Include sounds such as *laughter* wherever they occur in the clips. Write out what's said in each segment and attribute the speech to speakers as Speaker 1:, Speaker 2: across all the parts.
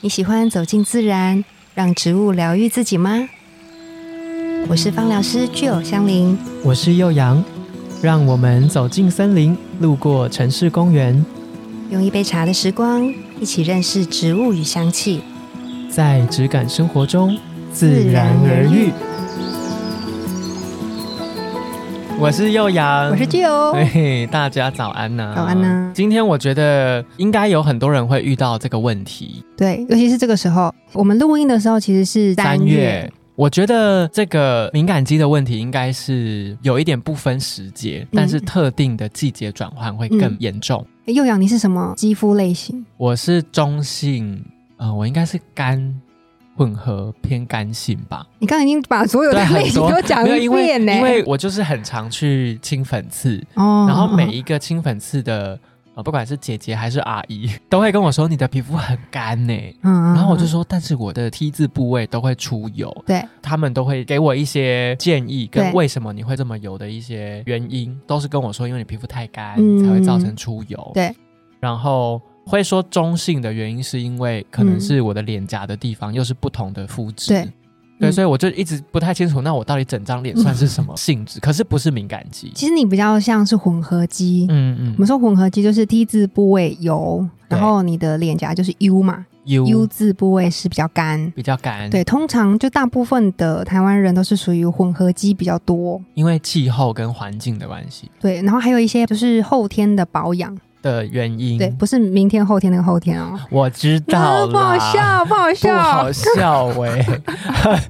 Speaker 1: 你喜欢走进自然，让植物疗愈自己吗？我是芳疗师具有香林，
Speaker 2: 我是幼阳，让我们走进森林，路过城市公园，
Speaker 1: 用一杯茶的时光，一起认识植物与香气。
Speaker 2: 在质感生活中自然而愈。我是幼阳，
Speaker 1: 我是具有，
Speaker 2: 嘿嘿，大家早安呐、
Speaker 1: 早安啊呐
Speaker 2: 今天我觉得应该有很多人会遇到这个问题。
Speaker 1: 对，尤其是这个时候，我们录音的时候其实是
Speaker 2: 三月，我觉得这个敏感肌的问题应该是有一点不分时节，但是特定的季节转换会更
Speaker 1: 嗯
Speaker 2: 严重。
Speaker 1: 诶幼阳，你是什么肌肤类型？
Speaker 2: 我是中性，嗯、我应该是干混合偏干性吧。
Speaker 1: 你刚刚已经把所有的
Speaker 2: 对很
Speaker 1: 类型
Speaker 2: 多
Speaker 1: 都讲
Speaker 2: 没有
Speaker 1: 一
Speaker 2: 因为
Speaker 1: 遍呢、
Speaker 2: 因为我就是很常去清粉刺，
Speaker 1: 欸哦
Speaker 2: 然后每一个清粉刺的。呃，不管是姐姐还是阿姨，都会跟我说你的皮肤很干呢、
Speaker 1: 嗯
Speaker 2: 然后我就
Speaker 1: 嗯
Speaker 2: 说，但是我的 T 字部位都会出油，
Speaker 1: 对，
Speaker 2: 他们都会给我一些建议，
Speaker 1: 对
Speaker 2: 跟为什么你会这么油的一些原因，都是跟我说，因为你皮肤太干、
Speaker 1: 嗯
Speaker 2: 才会造成出油。
Speaker 1: 对，
Speaker 2: 然后会说中性的原因是因为可能是我的脸颊的地方又是不同的肤质。
Speaker 1: 嗯对嗯
Speaker 2: 对，所以我就一直不太清楚，那我到底整
Speaker 1: *laughs*
Speaker 2: 张脸算是什么性质？可是不是敏感肌。
Speaker 1: 其实你比较像是混合肌。
Speaker 2: 嗯
Speaker 1: 我们说混合肌就是 T 字部位油，
Speaker 2: 对
Speaker 1: 然后你的脸颊就是 U 嘛
Speaker 2: U
Speaker 1: ，U 字部位是比较干。
Speaker 2: 比较干，，
Speaker 1: 对，通常就大部分的台湾人都是属于混合肌比较多。
Speaker 2: 因为气候跟环境的关系
Speaker 1: 对，然后还有一些就是后天的保养，
Speaker 2: 的原因。
Speaker 1: 对，不是明天后天那个后天
Speaker 2: *laughs*
Speaker 1: 哦。
Speaker 2: 我知道
Speaker 1: 啊
Speaker 2: 啦
Speaker 1: *laughs* 不好，笑，不好
Speaker 2: 不
Speaker 1: 笑。
Speaker 2: 好笑欸喂、
Speaker 1: *laughs*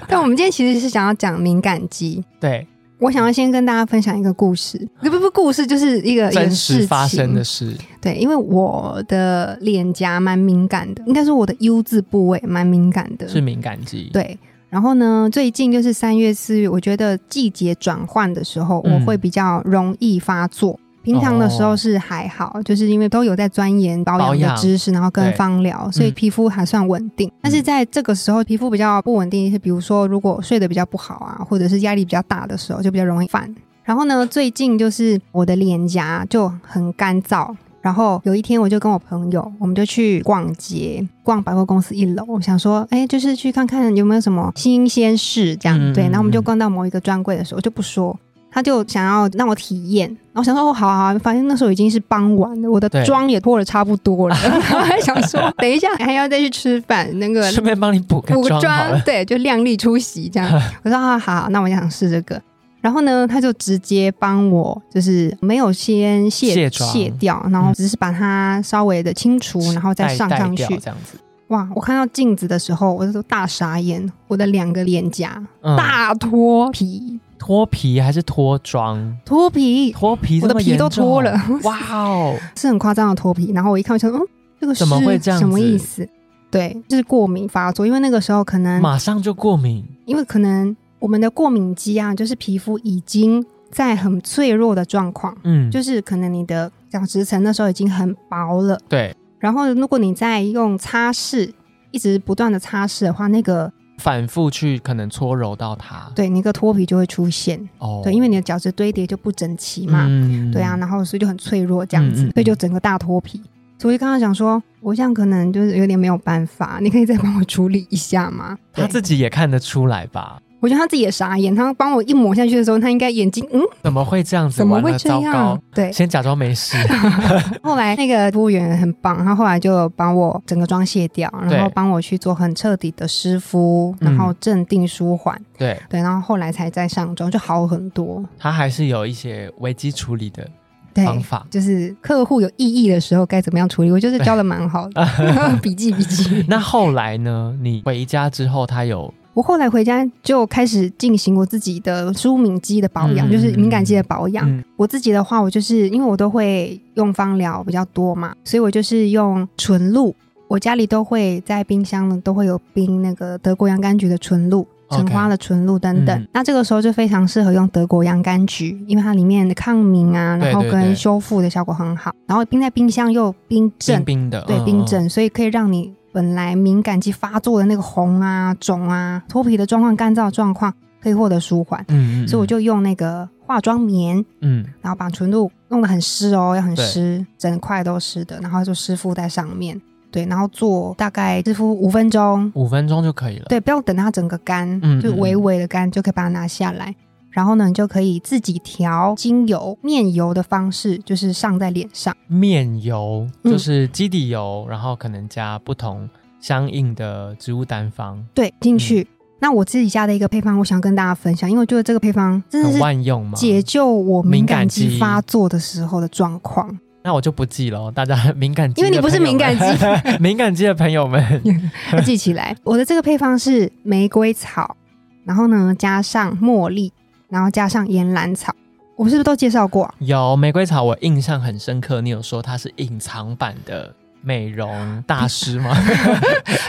Speaker 1: 但我们今天其实是想要讲敏感肌。
Speaker 2: 对，
Speaker 1: 我想要先跟大家分享一个故事，呃不不不，故事就是一个
Speaker 2: 真实发生。
Speaker 1: 一个
Speaker 2: 的
Speaker 1: 呃事情
Speaker 2: 事，
Speaker 1: 对，因为我的脸颊蛮敏感的，应该说我的 U 字部位蛮敏感的。
Speaker 2: 是敏感肌。，
Speaker 1: 对。然后呢，最近就是三月、四月，我觉得季节转换的时候，
Speaker 2: 嗯哦
Speaker 1: 我会比较容易发作。平常的时候是还好，就是因为都有在钻研保
Speaker 2: 保
Speaker 1: 养的
Speaker 2: 养
Speaker 1: 知识，然后跟
Speaker 2: 对
Speaker 1: 芳疗，所以
Speaker 2: 嗯
Speaker 1: 皮肤还算稳定。但是在这个时候，皮肤比较不稳定一些，比如说如果睡得比较不好啊，或者是压力比较大的时候，就比较容易犯。然后呢，最近就是我的脸颊就很干燥。然后有一天，我就跟我朋友，我们就去逛街，逛百货公司一楼。我想说，哎，就是去看看有没有什么新鲜事这样。
Speaker 2: 嗯
Speaker 1: 对，然后我们就
Speaker 2: 嗯
Speaker 1: 逛到某一个专柜的时候，我就不说，他就想要让我体验，然后想说哦，好啊好啊，反正那时候已经是傍晚了，我的
Speaker 2: 对
Speaker 1: 妆也脱的差不多了，然后还想说等一下还要再去吃饭，那个
Speaker 2: 顺便帮你补个
Speaker 1: 补
Speaker 2: 妆好了。
Speaker 1: 对，就靓丽出席这样。
Speaker 2: *laughs*
Speaker 1: 我说好好好，那我也想试这个。然后呢，他就直接帮我，就是没有先卸
Speaker 2: 卸妆嗯
Speaker 1: 掉，然后只是把它稍微的清除，然后再
Speaker 2: 带
Speaker 1: 上
Speaker 2: 带
Speaker 1: 上
Speaker 2: 掉
Speaker 1: 去。
Speaker 2: 这样子，
Speaker 1: 哇！我看到镜子的时候，我就大傻眼，我的两个脸颊、
Speaker 2: 嗯
Speaker 1: 大脱皮，
Speaker 2: 脱皮还是脱妆？
Speaker 1: 脱皮
Speaker 2: 脱皮
Speaker 1: 我
Speaker 2: 这
Speaker 1: 的
Speaker 2: 么
Speaker 1: 皮
Speaker 2: 严
Speaker 1: 都
Speaker 2: 重，
Speaker 1: 脱了， *laughs*
Speaker 2: 哇哦！
Speaker 1: 是很夸张的脱皮。然后我一看，我想，嗯，这个是
Speaker 2: 怎么会这样子
Speaker 1: 什么意思？对，就是过敏发作，因为那个时候可能，
Speaker 2: 马上就过敏，
Speaker 1: 因为可能我们的过敏肌啊，就是皮肤已经在很脆弱的状况，
Speaker 2: 嗯，
Speaker 1: 就是可能你的角质层那时候已经很薄了，
Speaker 2: 对，
Speaker 1: 然后如果你再用擦拭，一直不断的擦拭的话，那个
Speaker 2: 反复去可能搓揉到它，
Speaker 1: 对那个脱皮就会出现，
Speaker 2: 哦
Speaker 1: 对，因为你的角质堆叠就不整齐嘛，
Speaker 2: 嗯
Speaker 1: 对啊，，然后所以就很脆弱这样子，
Speaker 2: 嗯嗯
Speaker 1: 所以就整个大脱皮。所以我就刚刚想说，我这样可能就是有点没有办法，你可以再帮我处理一下吗？
Speaker 2: 他
Speaker 1: 对
Speaker 2: 自己也看得出来吧？
Speaker 1: 我觉得他自己也傻眼，他帮我一抹下去的时候，他应该眼睛嗯
Speaker 2: 怎么会这样子？
Speaker 1: 怎么
Speaker 2: 完
Speaker 1: 会
Speaker 2: 了，
Speaker 1: 这
Speaker 2: 糟糕 *laughs*
Speaker 1: 样？！对，
Speaker 2: 先假装
Speaker 1: *laughs*
Speaker 2: 没事，
Speaker 1: 后来那个服务员很棒，他后来就帮我整个妆卸掉，然后帮我去做很彻底的湿敷，
Speaker 2: 嗯
Speaker 1: 然后镇定舒缓，
Speaker 2: 对
Speaker 1: 对，然后后来才再上妆就好很多，
Speaker 2: 他还是有一些危机处理的
Speaker 1: 对。
Speaker 2: 方法。
Speaker 1: 就是客户有异议的时候该怎么样处理，我就是教的 *laughs* 蛮好
Speaker 2: *laughs*
Speaker 1: 的，笔记笔记。
Speaker 2: 那后来呢？你回家之后，他有
Speaker 1: 我后来回家就开始进行我自己的舒敏肌的保养，
Speaker 2: 嗯
Speaker 1: 就是敏感肌的保养。
Speaker 2: 嗯
Speaker 1: 我自己的话，我就是因为我都会用芳疗比较多嘛，所以我就是用纯露。我家里都会在冰箱呢，都会有冰那个德国洋甘菊的纯露、
Speaker 2: OK
Speaker 1: 橙花的纯露等等。
Speaker 2: 嗯
Speaker 1: 那这个时候就非常适合用德国洋甘菊，因为它里面的抗敏啊，
Speaker 2: 对
Speaker 1: 然后
Speaker 2: 对
Speaker 1: 跟
Speaker 2: 对
Speaker 1: 修复的效果很好。然后冰在冰箱又冰镇
Speaker 2: 冰，冰的，
Speaker 1: 对
Speaker 2: 嗯
Speaker 1: 冰，镇，所以可以让你本来敏感肌发作的那个红啊、肿啊、脱皮的状况、干燥的状况，可以获得舒缓。
Speaker 2: 嗯嗯嗯，
Speaker 1: 所以我就用那个化妆棉，
Speaker 2: 嗯
Speaker 1: 然后把纯露弄得很湿哦，要很
Speaker 2: 对
Speaker 1: 湿，整块都湿的，然后就湿敷在上面。对，然后做大概湿敷五分钟，
Speaker 2: 五分钟就可以了。
Speaker 1: 对，不要等它整个干，
Speaker 2: 嗯
Speaker 1: 就微微的干就可以把它拿下来。然后呢，你就可以自己调精油、面油的方式，就是上在脸上。
Speaker 2: 面油
Speaker 1: 嗯
Speaker 2: 就是基底油，然后可能加不同相应的植物单方，
Speaker 1: 对，进
Speaker 2: 嗯
Speaker 1: 去。那我自己家的一个配方，我想跟大家分享，因为我觉得这个配方真的
Speaker 2: 很
Speaker 1: 是
Speaker 2: 万用嘛。
Speaker 1: 解救我敏感
Speaker 2: 敏感
Speaker 1: 肌
Speaker 2: 肌
Speaker 1: 发作的时候的状况。
Speaker 2: 那我就不记了哦，大家敏感肌的
Speaker 1: 因为你
Speaker 2: 朋友
Speaker 1: 不
Speaker 2: 们，
Speaker 1: 是敏
Speaker 2: *laughs* 敏感肌的朋友们，
Speaker 1: 要记起来，我的这个配方是玫瑰草，然后呢加上茉莉，然后加上岩兰草。我们是不是都介绍过
Speaker 2: *laughs*
Speaker 1: 啊、
Speaker 2: 有玫瑰草，我印象很深刻。你有说它是隐藏版的美容大
Speaker 1: *laughs*
Speaker 2: 师吗？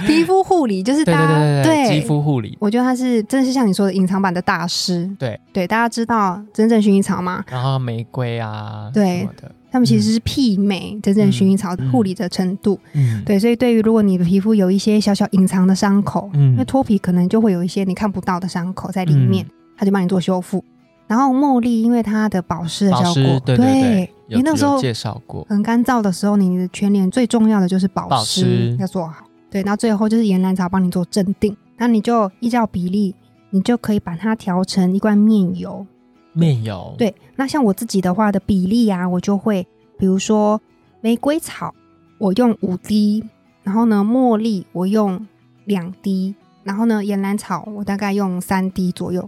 Speaker 1: 皮肤护理就是大
Speaker 2: 对对
Speaker 1: 家
Speaker 2: 对对，肌肤护理，
Speaker 1: 我觉得他是真的是像你说的隐藏版的大师。
Speaker 2: 对
Speaker 1: 对，大家知道真正薰衣草吗？
Speaker 2: 然后玫瑰啊，
Speaker 1: 对
Speaker 2: 什么的，
Speaker 1: 他们其实是媲美真正薰衣草
Speaker 2: 嗯
Speaker 1: 护理的程度。
Speaker 2: 嗯，
Speaker 1: 对，所以对于如果你的皮肤有一些小小隐藏的伤口，
Speaker 2: 嗯
Speaker 1: 因为脱皮可能就会有一些你看不到的伤口在里面，他就帮你做修复。然后茉莉，因为它的保湿的
Speaker 2: 老
Speaker 1: 效
Speaker 2: 师
Speaker 1: 果，，
Speaker 2: 对对对，有
Speaker 1: 你那时候
Speaker 2: 有介绍过，
Speaker 1: 很干燥的时候，你的全脸最重要的就是保湿
Speaker 2: 保湿
Speaker 1: 要做好。对，然后最后就是岩兰草帮你做镇定，那你就依照比例，你就可以把它调成一罐面油。
Speaker 2: 面油，，
Speaker 1: 对，那像我自己的话的比例啊，我就会比如说玫瑰草，我用五滴，然后呢茉莉我用两滴，然后呢岩兰草我大概用三滴左右。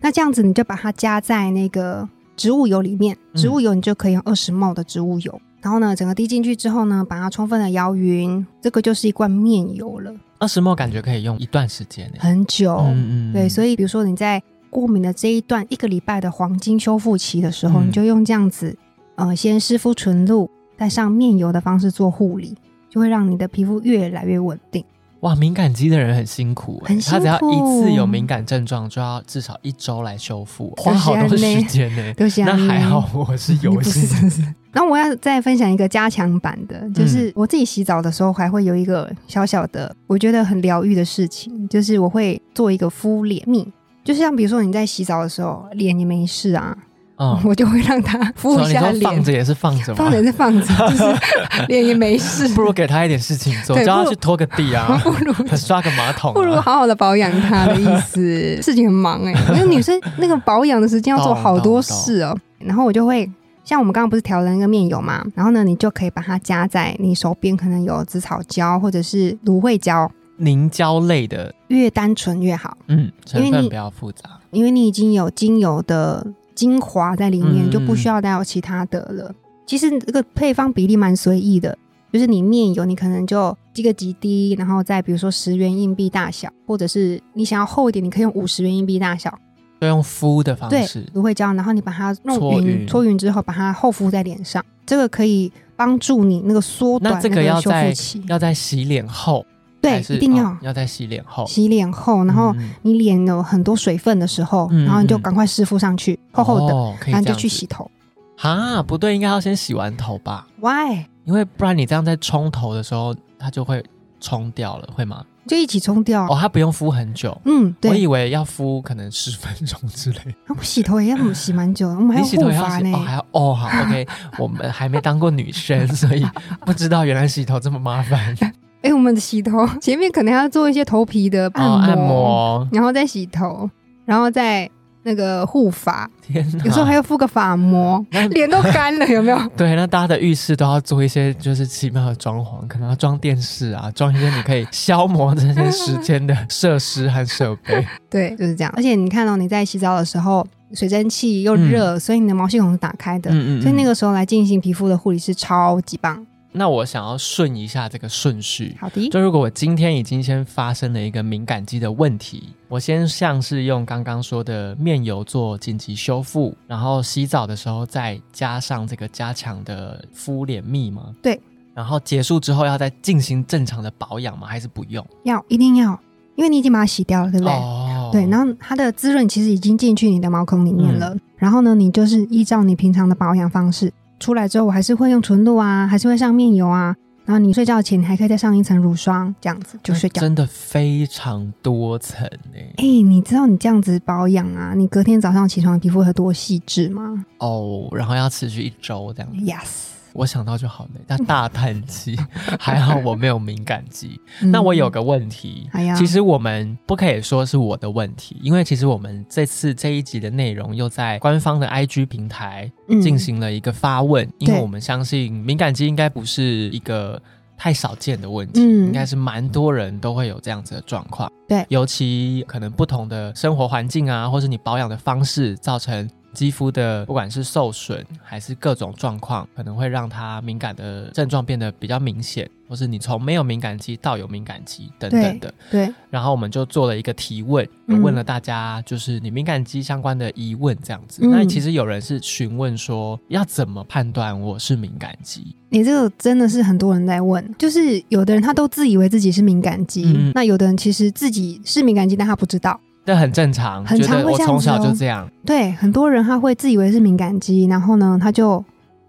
Speaker 1: 那这样子你就把它加在那个植物油里面，植物油你就可以用二十 ml 的植物油，然后呢整个滴进去之后呢，把它充分的摇匀，这个就是一罐面油了，
Speaker 2: 二十末感觉可以用一段时间呢，
Speaker 1: 很久。
Speaker 2: 嗯
Speaker 1: 对，所
Speaker 2: 以
Speaker 1: 以比如说你在过敏的这一段一个礼拜的黄金修复期的时候，
Speaker 2: 嗯
Speaker 1: 你就用这样子，呃，先湿敷纯露，再上面油的方式做护理，就会让你的皮肤越来越稳定。
Speaker 2: 哇，敏感肌的人很辛苦欸，
Speaker 1: 很辛
Speaker 2: 他只要一次有
Speaker 1: 苦
Speaker 2: 敏感症状，就要至少一周来修复，啊
Speaker 1: 就是
Speaker 2: 花好多
Speaker 1: 这样
Speaker 2: 时
Speaker 1: 呢
Speaker 2: 间呢。
Speaker 1: 都是
Speaker 2: 那还好，我是
Speaker 1: 你 *laughs*
Speaker 2: 油
Speaker 1: 不
Speaker 2: 性
Speaker 1: 是。那我要再分享一个加强版的，就是
Speaker 2: 嗯
Speaker 1: 我自己洗澡的时候还会有一个小小的，我觉得很疗愈的事情，就是我会做一个敷脸蜜，就像比如说你在洗澡的时候脸也没事啊，
Speaker 2: 嗯，
Speaker 1: *laughs* 我就会让它敷
Speaker 2: 所
Speaker 1: 一
Speaker 2: 以你
Speaker 1: 下
Speaker 2: 说
Speaker 1: 脸
Speaker 2: 放，着也是放着
Speaker 1: 放
Speaker 2: 嘛，
Speaker 1: 着再放着，
Speaker 2: *laughs*
Speaker 1: 就是脸也没事，
Speaker 2: 不如给他一点事情做，
Speaker 1: *laughs* 对
Speaker 2: 叫
Speaker 1: 不
Speaker 2: 他
Speaker 1: 如，
Speaker 2: 去拖个地啊 *laughs*
Speaker 1: 不如
Speaker 2: 刷个马桶啊，
Speaker 1: 不如好好的保养它的意
Speaker 2: *laughs*
Speaker 1: 思。事情很忙哎、欸，因为女生那个保养的时间要做好多事哦、然后我就会。像我们刚刚不是调了那个面油嘛，然后呢，你就可以把它加在你手边，可能有紫草胶或者是芦荟胶，
Speaker 2: 凝胶类的，
Speaker 1: 越单纯越好，
Speaker 2: 嗯，成
Speaker 1: 因为
Speaker 2: 分
Speaker 1: 你
Speaker 2: 不要复杂，
Speaker 1: 因为你已经有精油的精华在里面，
Speaker 2: 嗯
Speaker 1: 就不需要再有其他的了。其实这个配方比例蛮随意的，就是你面油你可能就滴个几滴，然后再比如说十元硬币大小，或者是你想要厚一点，你可以用五十元硬币大小，
Speaker 2: 就用敷的方
Speaker 1: 对
Speaker 2: 式，，
Speaker 1: 芦荟胶，然后你把它弄
Speaker 2: 搓
Speaker 1: 匀，
Speaker 2: 匀
Speaker 1: 搓匀之后把它厚敷在脸上，这个可以帮助你那个缩短
Speaker 2: 那这
Speaker 1: 个
Speaker 2: 个要
Speaker 1: 修
Speaker 2: 在
Speaker 1: 复期，
Speaker 2: 要在洗脸后，
Speaker 1: 对
Speaker 2: 还，是
Speaker 1: 一定要、
Speaker 2: 哦要在洗脸后，
Speaker 1: 洗脸后，然后
Speaker 2: 嗯嗯
Speaker 1: 你脸有很多水分的时候，
Speaker 2: 嗯
Speaker 1: 然后你就
Speaker 2: 嗯嗯
Speaker 1: 赶快湿敷上去，厚厚的，
Speaker 2: 哦可以
Speaker 1: 然后你
Speaker 2: 这
Speaker 1: 就
Speaker 2: 样
Speaker 1: 去
Speaker 2: 子
Speaker 1: 洗头。
Speaker 2: 啊，不对，应该要先洗完头吧，
Speaker 1: Why？
Speaker 2: 因为不然你这样在冲头的时候，它就会冲掉了，会吗？
Speaker 1: 就一起冲掉。
Speaker 2: 哦，它不用敷很久。
Speaker 1: 嗯，
Speaker 2: 我以
Speaker 1: 对，
Speaker 2: 为要敷可能十分钟之类的，
Speaker 1: 那我洗头也
Speaker 2: *laughs*
Speaker 1: 要洗蛮久 *laughs* 的，我们还
Speaker 2: 你
Speaker 1: 要
Speaker 2: 洗头
Speaker 1: 护
Speaker 2: 也要
Speaker 1: 发
Speaker 2: 洗
Speaker 1: 呢
Speaker 2: 哦，。还要
Speaker 1: *laughs*
Speaker 2: 哦好，OK，我们还没当过女生，所以不知道原来洗头这么
Speaker 1: *laughs*
Speaker 2: 麻烦。
Speaker 1: 哎，我们的洗头前面可能要做一些头皮的
Speaker 2: 哦，按，摩，
Speaker 1: 然后再洗头，然后再那个护发，
Speaker 2: 天哪！
Speaker 1: 有时候还要敷个发膜，
Speaker 2: 啊那
Speaker 1: 脸都干
Speaker 2: *laughs*
Speaker 1: 了，有没有？
Speaker 2: 对，那大家的浴室都要做一些就是奇妙的装潢，可能要装电视啊，装一些你可以消磨这些时间的设施和设
Speaker 1: *laughs*
Speaker 2: 备。
Speaker 1: 对，就是这样。而且你看到、哦你在洗澡的时候，水蒸气又热，所以你的毛细孔是打开的，
Speaker 2: 嗯嗯嗯嗯
Speaker 1: 所以那个时候来进行皮肤的护理是超级棒。
Speaker 2: 那我想要顺一下这个顺序，
Speaker 1: 好的，
Speaker 2: 就如果我今天已经先发生了一个敏感肌的问题，我先像是用刚刚说的面油做紧急修复，然后洗澡的时候再加上这个加强的敷脸蜜吗？
Speaker 1: 对。
Speaker 2: 然后结束之后要再进行正常的保养吗？还是不用？
Speaker 1: 要一定要，因为你已经把它洗掉了，对不对？
Speaker 2: 哦
Speaker 1: 对，然后它的滋润其实已经进去你的毛孔里面了。
Speaker 2: 嗯
Speaker 1: 然后呢，你就是依照你平常的保养方式，出来之后我还是会用纯露啊，还是会上面油啊。然后你睡觉前你还可以再上一层乳霜，这样子就
Speaker 2: 那
Speaker 1: 睡觉。
Speaker 2: 真的非常多层欸
Speaker 1: 哎、
Speaker 2: 诶、
Speaker 1: 你知道你这样子保养啊，你隔天早上起床皮肤会多细致吗
Speaker 2: 哦，然后要持续一周这样。
Speaker 1: 哎
Speaker 2: *laughs*
Speaker 1: ？Yes，
Speaker 2: 我想到就好累，但大叹
Speaker 1: *laughs*
Speaker 2: 气。还好我没有敏感肌。
Speaker 1: 嗯
Speaker 2: 那我有个问题
Speaker 1: 哎呀，
Speaker 2: 其实我们不可以说是我的问题，因为其实我们这次这一集的内容又在官方的 IG 平台
Speaker 1: 嗯
Speaker 2: 进行了一个发问，因为
Speaker 1: 对
Speaker 2: 我们相信敏感肌应该不是一个太少见的问题，
Speaker 1: 嗯
Speaker 2: 应该是蛮多人都会有这样子的状况。
Speaker 1: 对
Speaker 2: 尤其可能不同的生活环境啊，或是你保养的方式，造成肌肤的不管是受损还是各种状况，可能会让它敏感的症状变得比较明显，或是你从没有敏感肌到有敏感肌等等的。
Speaker 1: 对，
Speaker 2: 然后我们就做了一个提问，
Speaker 1: 嗯
Speaker 2: 问了大家就是你敏感肌相关的疑问这样子。
Speaker 1: 嗯
Speaker 2: 那其实有人是询问说要怎么判断我是敏感肌？
Speaker 1: 你这个真的是很多人在问，就是有的人他都自以为自己是敏感肌，
Speaker 2: 嗯嗯
Speaker 1: 那有的人其实自己是敏感肌，但他不知道。
Speaker 2: 这很正常，
Speaker 1: 很
Speaker 2: 觉
Speaker 1: 常
Speaker 2: 得
Speaker 1: 会
Speaker 2: 我
Speaker 1: 这样
Speaker 2: 从
Speaker 1: 子
Speaker 2: 小就
Speaker 1: 哦
Speaker 2: 这样。
Speaker 1: 对，很多人他会自以为是敏感肌，然后呢，他就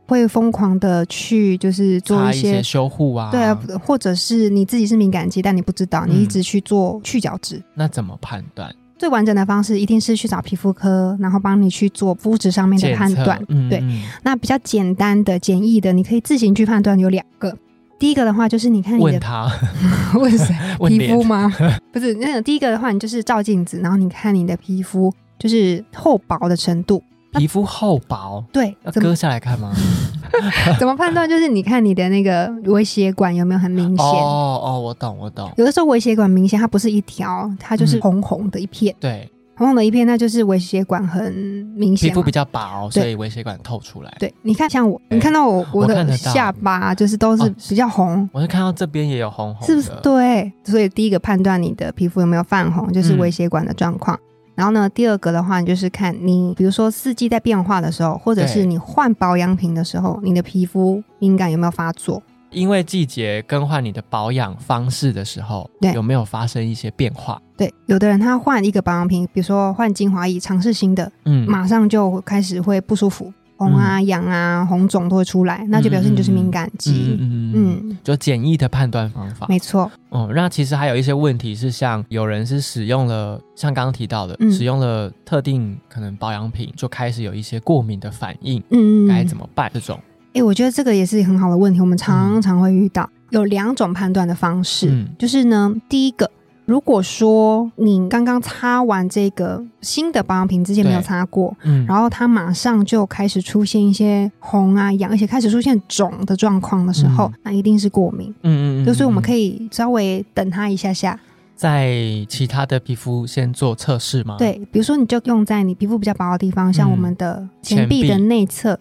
Speaker 1: 会疯狂的去就是做
Speaker 2: 擦
Speaker 1: 一
Speaker 2: 一
Speaker 1: 些
Speaker 2: 些修护啊，
Speaker 1: 对啊，或者是你自己是敏感肌，但你不知道，你一
Speaker 2: 嗯
Speaker 1: 直去做去角质。
Speaker 2: 那怎么判断？
Speaker 1: 最完整的方式一定是去找皮肤科，然后帮你去做肤质上面的
Speaker 2: 检
Speaker 1: 判
Speaker 2: 测
Speaker 1: 断。
Speaker 2: 嗯，
Speaker 1: 对
Speaker 2: 嗯
Speaker 1: 那比较简单的、简易的，你可以自行去判断，有两个。第一个的话就是你看你
Speaker 2: 问
Speaker 1: 的
Speaker 2: 他
Speaker 1: *laughs* 问谁
Speaker 2: *laughs* 问
Speaker 1: 皮
Speaker 2: 脸
Speaker 1: 肤吗？ *laughs* 不是，那个第一个的话，你就是照镜子，然后你看你的皮肤就是厚薄的程度。
Speaker 2: 皮肤厚薄，
Speaker 1: 对
Speaker 2: 要，
Speaker 1: 怎么
Speaker 2: 割下来看吗？ *laughs*
Speaker 1: 怎么判断？就是你看你的那个微血管有没有很明显。
Speaker 2: 哦哦，我懂我懂，
Speaker 1: 有的时候微血管明显，它不是一条，它就是
Speaker 2: 嗯
Speaker 1: 红红的一片，
Speaker 2: 对，
Speaker 1: 红红的一片，那就是微血管很明
Speaker 2: 皮
Speaker 1: 显
Speaker 2: 肤
Speaker 1: 嘛。
Speaker 2: 比较薄，
Speaker 1: 对
Speaker 2: 所以微血管透出来。
Speaker 1: 对，你看像我，
Speaker 2: 对
Speaker 1: 你看到我
Speaker 2: 我
Speaker 1: 我
Speaker 2: 看
Speaker 1: 的
Speaker 2: 得到
Speaker 1: 下巴就是都是
Speaker 2: 哦
Speaker 1: 比较红，
Speaker 2: 我就看到这边也有红红的，
Speaker 1: 是不是？对，所以第一个判断你的皮肤有没有泛红，就是微血管的状况。然后呢，第二个的话，你就是看你，比如说四季在变化的时候，或者
Speaker 2: 对
Speaker 1: 是你换保养品的时候，你的皮肤敏感有没有发作？
Speaker 2: 因为季节更换你的保养方式的时候，
Speaker 1: 对
Speaker 2: 有没有发生一些变化？
Speaker 1: 对，有的人他换一个保养品，比如说换精华液，尝试新的，
Speaker 2: 嗯，
Speaker 1: 马上就开始会不舒服，红啊、痒啊、红肿都会出来，那就表示你就是敏感
Speaker 2: 嗯
Speaker 1: 肌。
Speaker 2: 嗯嗯，
Speaker 1: 嗯，
Speaker 2: 就简易的判断方法。
Speaker 1: 没错，
Speaker 2: 哦，那其实还有一些问题是，像有人是使用了，像刚刚提到的，
Speaker 1: 嗯
Speaker 2: 使用了特定可能保养品，就开始有一些过敏的反应，
Speaker 1: 嗯，
Speaker 2: 该怎
Speaker 1: 么？
Speaker 2: 么办？这种，
Speaker 1: 哎、我觉得这个也是很好的问题，我们常常会遇到。有两种判断的方式，
Speaker 2: 嗯
Speaker 1: 就是呢，第一个，如果说你刚刚擦完这个新的保养品，之前没有
Speaker 2: 对
Speaker 1: 擦过，
Speaker 2: 嗯，
Speaker 1: 然后它马上就开始出现一些红啊、痒，而且开始出现肿的状况的时候，
Speaker 2: 嗯
Speaker 1: 那一定是过敏。
Speaker 2: 嗯啊
Speaker 1: 就所以我们可
Speaker 2: 以
Speaker 1: 以稍微等它一下下，
Speaker 2: 在其他的皮肤先做测试吗？，
Speaker 1: 对，比如说你就用在你皮肤比较薄的地方，像
Speaker 2: 嗯
Speaker 1: 我们的
Speaker 2: 前
Speaker 1: 前臂
Speaker 2: 臂
Speaker 1: 的内侧，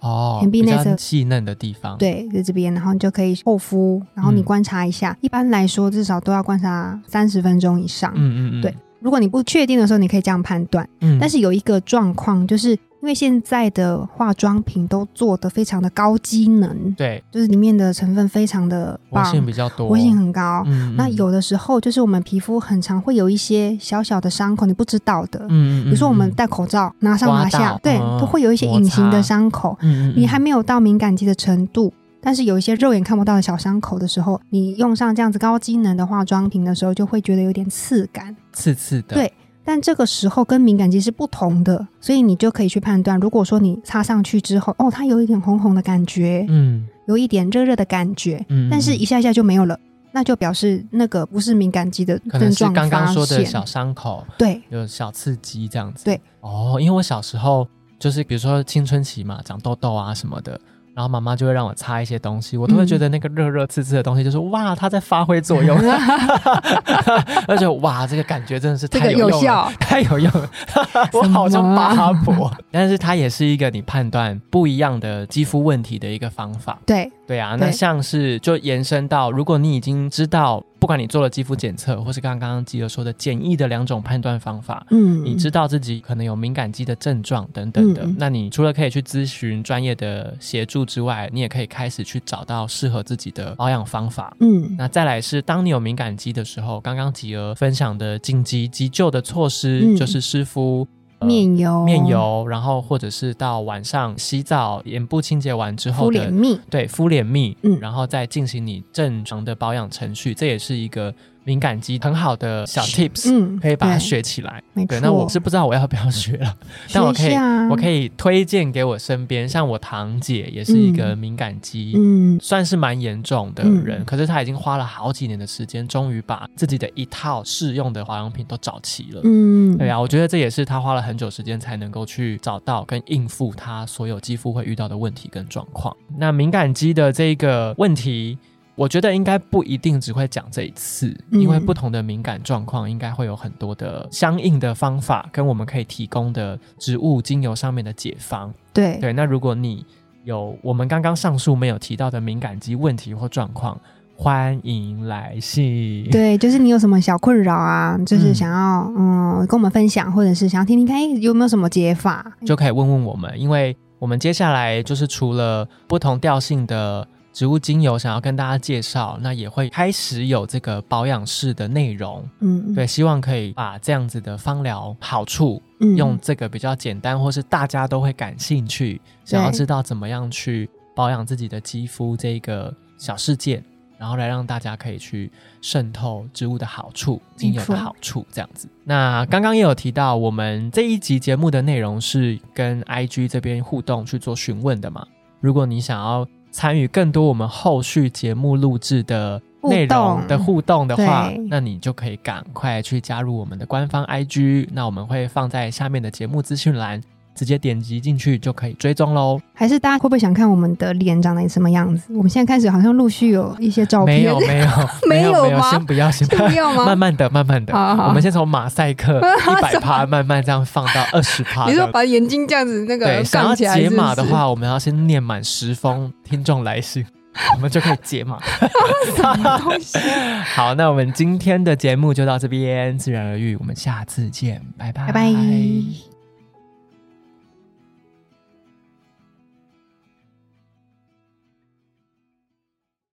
Speaker 2: 哦，
Speaker 1: 眼
Speaker 2: 比
Speaker 1: 壁内侧
Speaker 2: 较细嫩的地方，，
Speaker 1: 对，在这边，然后你就可以厚敷，然后你
Speaker 2: 嗯
Speaker 1: 观察一下，一般来说至少都要观察三十分钟以上。
Speaker 2: 嗯嗯嗯，
Speaker 1: 对，如果你不确定的时候，你可以这样判断。
Speaker 2: 嗯，
Speaker 1: 但是有一个状况，就是因为现在的化妆品都做的非常的高机能，
Speaker 2: 对，
Speaker 1: 就是里面的成分非常的
Speaker 2: 活
Speaker 1: 棒，
Speaker 2: 性比较多，
Speaker 1: 活性很高。
Speaker 2: 嗯，嗯
Speaker 1: 那，有的时候就是我们皮肤很常会有一些小小的伤口，你不知道的。
Speaker 2: 嗯嗯，
Speaker 1: 比如说我们
Speaker 2: 嗯，
Speaker 1: 戴口罩，拿上拿
Speaker 2: 刮
Speaker 1: 下
Speaker 2: 到，
Speaker 1: 对，
Speaker 2: 嗯
Speaker 1: 都会有一些隐形
Speaker 2: 摩擦
Speaker 1: 的伤口。
Speaker 2: 嗯嗯，
Speaker 1: 你还没有到敏感肌的程度，但是有一些肉眼看不到的小伤口的时候，你用上这样子高机能的化妆品的时候，就会觉得有点刺感。
Speaker 2: 嗯刺刺的，
Speaker 1: 对但这个时候跟敏感肌是不同的，所以你就可以去判断。如果说你擦上去之后，哦，它有一点红红的感觉，
Speaker 2: 嗯
Speaker 1: 有一点热热的感觉，
Speaker 2: 嗯，
Speaker 1: 但是
Speaker 2: 嗯
Speaker 1: 一下下就没有了，那就表示那个不是敏感肌的
Speaker 2: 可能
Speaker 1: 症
Speaker 2: 是
Speaker 1: 状
Speaker 2: 刚刚
Speaker 1: 发
Speaker 2: 说的
Speaker 1: 现。
Speaker 2: 小伤口，
Speaker 1: 对，
Speaker 2: 有小刺激这样子。
Speaker 1: 对，
Speaker 2: 哦，因为我小时候就是比如说青春期嘛，长痘痘啊什么的，然后妈妈就会让我擦一些东西，我都会
Speaker 1: 嗯
Speaker 2: 觉得那个热热刺刺的东西，就是哇，它在发挥作
Speaker 1: *laughs*
Speaker 2: 用，而且哇，这个感觉真的是
Speaker 1: 这
Speaker 2: 太
Speaker 1: 个
Speaker 2: 有
Speaker 1: 有
Speaker 2: 用了。
Speaker 1: 效。
Speaker 2: 太有用了，我
Speaker 1: 什么啊
Speaker 2: 好像八婆， *laughs* 但是它也是一个你判断不一样的肌肤问题的一个方法。
Speaker 1: 对，
Speaker 2: 对啊，那
Speaker 1: 对
Speaker 2: 像是就延伸到，如果你已经知道，不管你做了肌肤检测，或是刚刚基友说的简易的两种判断方法，
Speaker 1: 嗯，
Speaker 2: 你知道自己可能有敏感肌的症状等等的，
Speaker 1: 嗯嗯
Speaker 2: 那你除了可以去咨询专业的协助之外，你也可以开始去找到适合自己的保养方法。
Speaker 1: 嗯，
Speaker 2: 那再来是，当你有敏感肌的时候，刚刚吉儿分享的紧急急救的措施、
Speaker 1: 嗯
Speaker 2: 就是湿敷、呃
Speaker 1: 面油，
Speaker 2: 面，油，然后或者是到晚上洗澡、眼部清洁完之后
Speaker 1: 敷脸
Speaker 2: 的
Speaker 1: 蜜，
Speaker 2: 对敷脸蜜，
Speaker 1: 嗯
Speaker 2: 然后再进行你正常的保养程序，这也是一个敏感肌很好的小 tips，、
Speaker 1: 嗯，
Speaker 2: 可以把它
Speaker 1: 对，
Speaker 2: 学起来。
Speaker 1: 没
Speaker 2: 对，
Speaker 1: 错。嗯
Speaker 2: 那我是不知道我要不要学了，但我可
Speaker 1: 学一
Speaker 2: 以
Speaker 1: 下
Speaker 2: 我可以推荐给我身边，像我堂姐也是一个敏感肌。
Speaker 1: 嗯，
Speaker 2: 算是蛮严重的人，
Speaker 1: 嗯
Speaker 2: 可是她已经花了好几年的时间，终于把自己的一套适用的保养品都找齐了。
Speaker 1: 嗯，
Speaker 2: 对啊，我觉得这也是她花了很久时间才能够去找到跟应付她所有肌肤会遇到的问题跟状况。那敏感肌的这个问题，我觉得应该不一定只会讲这一次，
Speaker 1: 嗯
Speaker 2: 因为不同的敏感状况应该会有很多的相应的方法，跟我们可以提供的植物精油上面的解方。
Speaker 1: 对，
Speaker 2: 对，那如果你有我们刚刚上述没有提到的敏感肌问题或状况，欢迎来信。
Speaker 1: 对，就是你有什么小困扰啊，就是
Speaker 2: 嗯
Speaker 1: 想要嗯跟我们分享，或者是想要听听看，哎，有没有什么解法？
Speaker 2: 就可以问问我们，因为我们接下来就是除了不同调性的植物精油想要跟大家介绍，那也会开始有这个保养室的内容。
Speaker 1: 嗯，
Speaker 2: 对，希望可以把这样子的芳疗好处，
Speaker 1: 嗯，
Speaker 2: 用这个比较简单或是大家都会感兴趣，想要知道怎么样去保养自己的肌肤这个小世界。然后来让大家可以去渗透植物的好处、精油
Speaker 1: 没
Speaker 2: 的
Speaker 1: 错
Speaker 2: 好处，这样子。那刚刚也有提到，我们这一集节目的内容是跟 IG 这边互动去做询问的嘛？如果你想要参与更多我们后续节目录制的内容
Speaker 1: 互动
Speaker 2: 的互动的话
Speaker 1: 对，
Speaker 2: 那你就可以赶快去加入我们的官方 IG，那我们会放在下面的节目资讯栏，直接点击进去就可以追踪喽。
Speaker 1: 还是大家会不会想看我们的脸长得什么样子？我们现在开始好像陆续有一些照片，
Speaker 2: 没
Speaker 1: *laughs*
Speaker 2: 有没有
Speaker 1: 没有
Speaker 2: 有没
Speaker 1: 吗
Speaker 2: 先不要先不
Speaker 1: *laughs* 不
Speaker 2: 要，
Speaker 1: 要
Speaker 2: 慢
Speaker 1: 吗？
Speaker 2: 慢的慢慢的，
Speaker 1: 好好好
Speaker 2: 我们先从马赛
Speaker 1: *laughs*
Speaker 2: 克一百趴慢慢这样放到二十趴
Speaker 1: 你说
Speaker 2: 的。
Speaker 1: 把眼睛这样子那个
Speaker 2: 对，想要
Speaker 1: 杠起来
Speaker 2: 解
Speaker 1: 是不
Speaker 2: 码
Speaker 1: 是
Speaker 2: 的，话，我们要先念满十封听众来信，我们就可以
Speaker 1: *laughs*
Speaker 2: 解码。
Speaker 1: 什么东西？
Speaker 2: *laughs* 好，那我们今天的节目就到这边，自然而愈，我们下次见，拜拜，
Speaker 1: 拜拜。